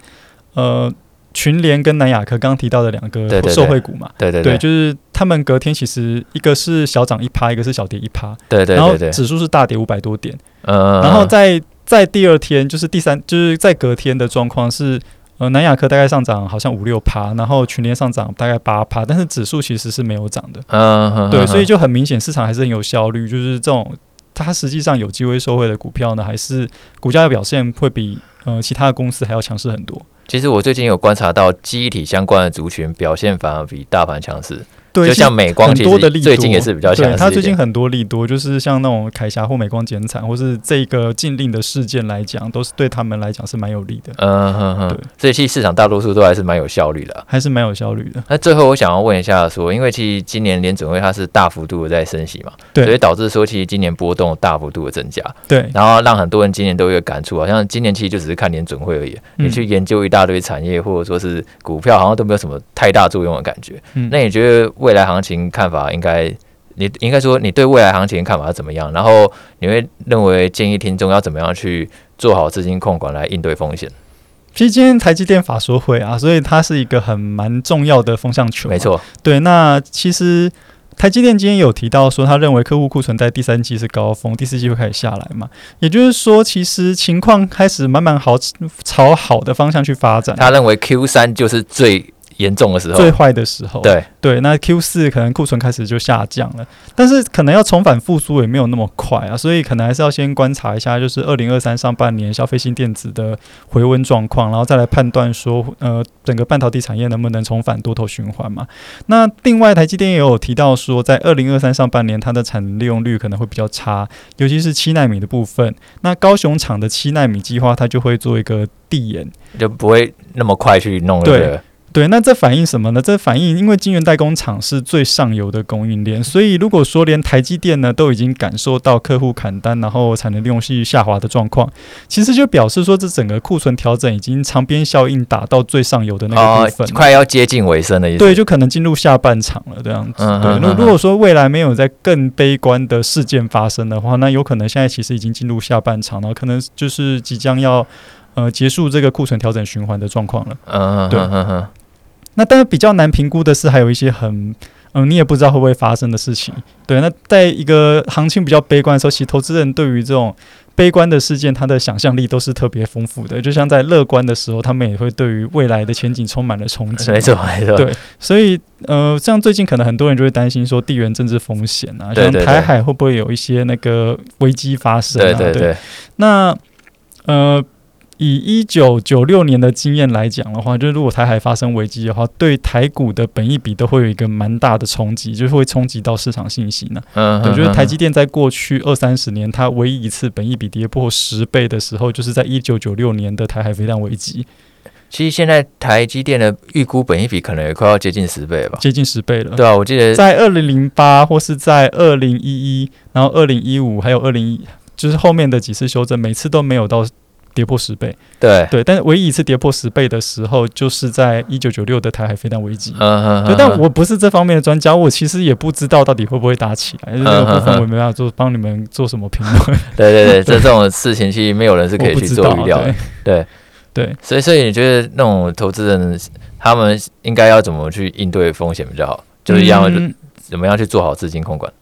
Speaker 2: 呃群联跟南亚科刚提到的两
Speaker 1: 对对
Speaker 2: 个
Speaker 1: 对
Speaker 2: 受惠股嘛，
Speaker 1: 对对对
Speaker 2: 就是他们隔天其实一个是小涨一趴，一个是小跌一趴，
Speaker 1: 对对
Speaker 2: 然后
Speaker 1: 对对，
Speaker 2: 指数是大跌五百多点，
Speaker 1: 嗯，
Speaker 2: 然后
Speaker 1: 嗯
Speaker 2: 在在第二天就是第三就是在隔天的状况是。呃，南亚科大概上涨好像五六趴，然后群联上涨大概八趴，但是指数其实是没有涨的。
Speaker 1: 嗯，嗯
Speaker 2: 对，
Speaker 1: 嗯
Speaker 2: 所以
Speaker 1: 嗯
Speaker 2: 就很明显，市场还是很有效率，就是这种它实际上有机会受惠的股票呢，还是股价的表现会比呃其他的公司还要强势很多。
Speaker 1: 其实我最近有观察到，记忆体相关的族群表现反而比大盘强势，
Speaker 2: 对，
Speaker 1: 就像美光，
Speaker 2: 很
Speaker 1: 其
Speaker 2: 多的利
Speaker 1: 实
Speaker 2: 多，
Speaker 1: 最近也是比较强势一
Speaker 2: 对，
Speaker 1: 点。
Speaker 2: 它最近很多利多，就是像那种凯霞或美光减产，或是这个禁令的事件来讲，都是对他们来讲是蛮有利的，
Speaker 1: 嗯哼哼
Speaker 2: 对，
Speaker 1: 所以其实市场大多数都还是蛮有效率的啊。
Speaker 2: 还是蛮有效率的。
Speaker 1: 那最后我想要问一下说，因为其实今年联准会它是大幅度的在升息嘛，所以
Speaker 2: 对
Speaker 1: 导致说其实今年波动大幅度的增加，
Speaker 2: 对
Speaker 1: 然后让很多人今年都有一个感触，好啊像今年其实就只是看联准会而已，
Speaker 2: 嗯
Speaker 1: 你去研究一大堆产业或者说是股票，好像都没有什么太大作用的感觉。
Speaker 2: 嗯
Speaker 1: 那你觉得未来行情看法应该？你应该说你对未来行情的看法是怎么样？然后你会认为建议听众要怎么样去做好资金控管来应对风险？
Speaker 2: 其实今天台积电法说会啊，所以它是一个很蛮重要的风向球嘛。
Speaker 1: 没错，
Speaker 2: 对，那其实台积电今天有提到说，他认为客户库存在第三季是高峰，第四季会开始下来嘛？也就是说，其实情况开始慢慢好朝好的方向去发展。
Speaker 1: 他认为 Q 三就是最严重的时候，
Speaker 2: 最坏的时候，
Speaker 1: 对
Speaker 2: 对，那 Q 四可能库存开始就下降了，但是可能要重返复苏也没有那么快啊，所以可能还是要先观察一下，就是二零二三上半年消费性电子的回温状况，然后再来判断说，呃，整个半导体产业能不能重返多头循环嘛？那另外，台积电也有提到说，在二零二三上半年它的产能利用率可能会比较差，尤其是七纳米的部分。那高雄厂的七纳米计划，它就会做一个递延，
Speaker 1: 就不会那么快去弄这
Speaker 2: 对
Speaker 1: 个。
Speaker 2: 对，那这反映什么呢？这反映因为晶圆代工厂是最上游的供应链，所以如果说连台积电呢都已经感受到客户砍单，然后产能利用率下滑的状况，其实就表示说这整个库存调整已经长边效应打到最上游的那个
Speaker 1: 哦
Speaker 2: 部分，了。
Speaker 1: 快要接近尾声的意思。
Speaker 2: 对，就可能进入下半场了这样子。
Speaker 1: 嗯
Speaker 2: 对，
Speaker 1: 嗯
Speaker 2: 那
Speaker 1: 嗯
Speaker 2: 如果说未来没有在更悲观的事件发生的话，那有可能现在其实已经进入下半场了，可能就是即将要呃结束这个库存调整循环的状况了。
Speaker 1: 嗯，嗯
Speaker 2: 对
Speaker 1: 嗯嗯嗯，
Speaker 2: 那但是比较难评估的是，还有一些很嗯，你也不知道会不会发生的事情。对，那在一个行情比较悲观的时候，其实投资人对于这种悲观的事件，他的想象力都是特别丰富的。就像在乐观的时候，他们也会对于未来的前景充满了憧憬。
Speaker 1: 没错。没错。
Speaker 2: 对所以，呃，像最近可能很多人就会担心说地缘政治风险啊，
Speaker 1: 对
Speaker 2: 像
Speaker 1: 对对
Speaker 2: 台海会不会有一些那个危机发生啊？
Speaker 1: 对对对，
Speaker 2: 那呃，以一九九六年的经验来讲的话，就是如果台海发生危机的话，对台股的本益比都会有一个蛮大的冲击，就是会冲击到市场信心呢、
Speaker 1: 嗯，
Speaker 2: 对，就是台
Speaker 1: 嗯
Speaker 2: 积电在过去二三十年，它唯一一次本益比跌破十倍的时候，就是在一九九六年的台海飞弹危机，
Speaker 1: 嗯其实现在台积电的预估本益比可能也快要接近十倍了吧？
Speaker 2: 接近十倍了。
Speaker 1: 对啊，我记得
Speaker 2: 嗯在二零零八或是在二零一一，然后二零一五，还有二零一，就是后面的几次修正，每次都没有到跌破十倍。
Speaker 1: 对，
Speaker 2: 对，但是唯一一次跌破十倍的时候，就是在一九九六的台海飞弹危机。
Speaker 1: 嗯
Speaker 2: 对，但我不是这方面的专家，我其实也不知道到底会不会打起来，那
Speaker 1: 嗯
Speaker 2: 个部分我也没办法做帮你们做什么评论，
Speaker 1: 对对对，这这种事情其实没有人是可
Speaker 2: 我
Speaker 1: 以
Speaker 2: 不
Speaker 1: 去
Speaker 2: 知
Speaker 1: 做
Speaker 2: 道。
Speaker 1: 预料的
Speaker 2: 对。
Speaker 1: 对
Speaker 2: 对，
Speaker 1: 所以所以你觉得那种投资人他们应该要怎么去应对风险比较好？就是要
Speaker 2: 嗯
Speaker 1: 怎么样去做好资金控管？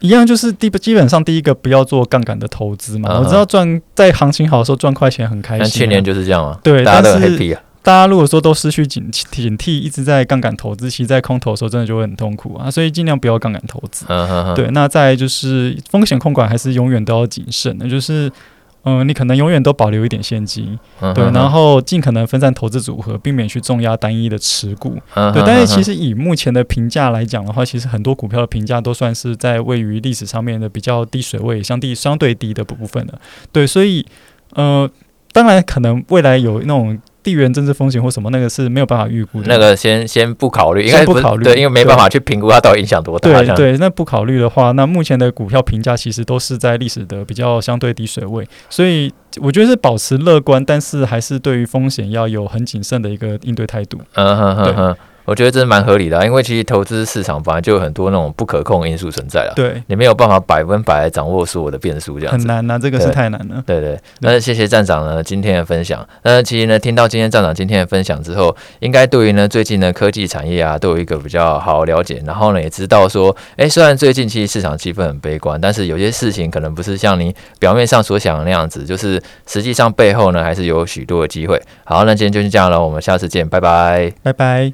Speaker 2: 一样就是第基本上第一个不要做杠杆的投资嘛。
Speaker 1: 嗯哼
Speaker 2: 我知道赚在行情好的时候赚快钱很开
Speaker 1: 像
Speaker 2: 心啊，
Speaker 1: 去年就是这样嘛，
Speaker 2: 对
Speaker 1: 大家都
Speaker 2: 但
Speaker 1: 很
Speaker 2: 是
Speaker 1: happy 啊。
Speaker 2: 大家如果说都失去警警惕，一直在杠杆投资，其实在空头的时候真的就会很痛苦啊，所以尽量不要杠杆投资。
Speaker 1: 嗯嗯嗯，
Speaker 2: 对，那再来就是风险控管还是永远都要谨慎的，就是。嗯，你可能永远都保留一点现金，
Speaker 1: 嗯
Speaker 2: 对，然后尽可能分散投资组合，避免去重压单一的持股，
Speaker 1: 嗯
Speaker 2: 对。
Speaker 1: 嗯
Speaker 2: 但是
Speaker 1: 嗯
Speaker 2: 其实以目前的评价来讲的话，其实很多股票的评价都算是在位于历史上面的比较低水位，相对相对低的部分的，对。所以，呃，当然可能未来有那种地缘政治风险或什么，那个是没有办法预估的。
Speaker 1: 那个先先不考虑，应
Speaker 2: 先
Speaker 1: 该
Speaker 2: 不
Speaker 1: 不是
Speaker 2: 考虑
Speaker 1: 对，因为没
Speaker 2: 对
Speaker 1: 办法去评估它到底影响多大。这
Speaker 2: 对
Speaker 1: 样，
Speaker 2: 对，那不考虑的话，那目前的股票评价其实都是在历史的比较相对低水位，所以我觉得是保持乐观，但是还是对于风险要有很谨慎的一个应对态度。
Speaker 1: 嗯哼哼哼，我觉得这是蛮合理的啊、因为其实投资市场本来就有很多那种不可控因素存在啊，
Speaker 2: 对，
Speaker 1: 你没有办法百分百地掌握所有的变数这样
Speaker 2: 很
Speaker 1: 子。
Speaker 2: 难啊呐、这个是
Speaker 1: 对
Speaker 2: 太难了。
Speaker 1: 对对，那谢谢站长呢今天的分享。那其实呢，听到今天站长今天的分享之后，应该对于呢最近呢科技产业啊都有一个比较好了解，然后呢也知道说，哎，虽然最近其实市场气氛很悲观，但是有些事情可能不是像你表面上所想的那样子，就是实际上背后呢还是有许多的机会。好，那今天就是这样了，我们下次见，拜拜。
Speaker 2: 拜拜。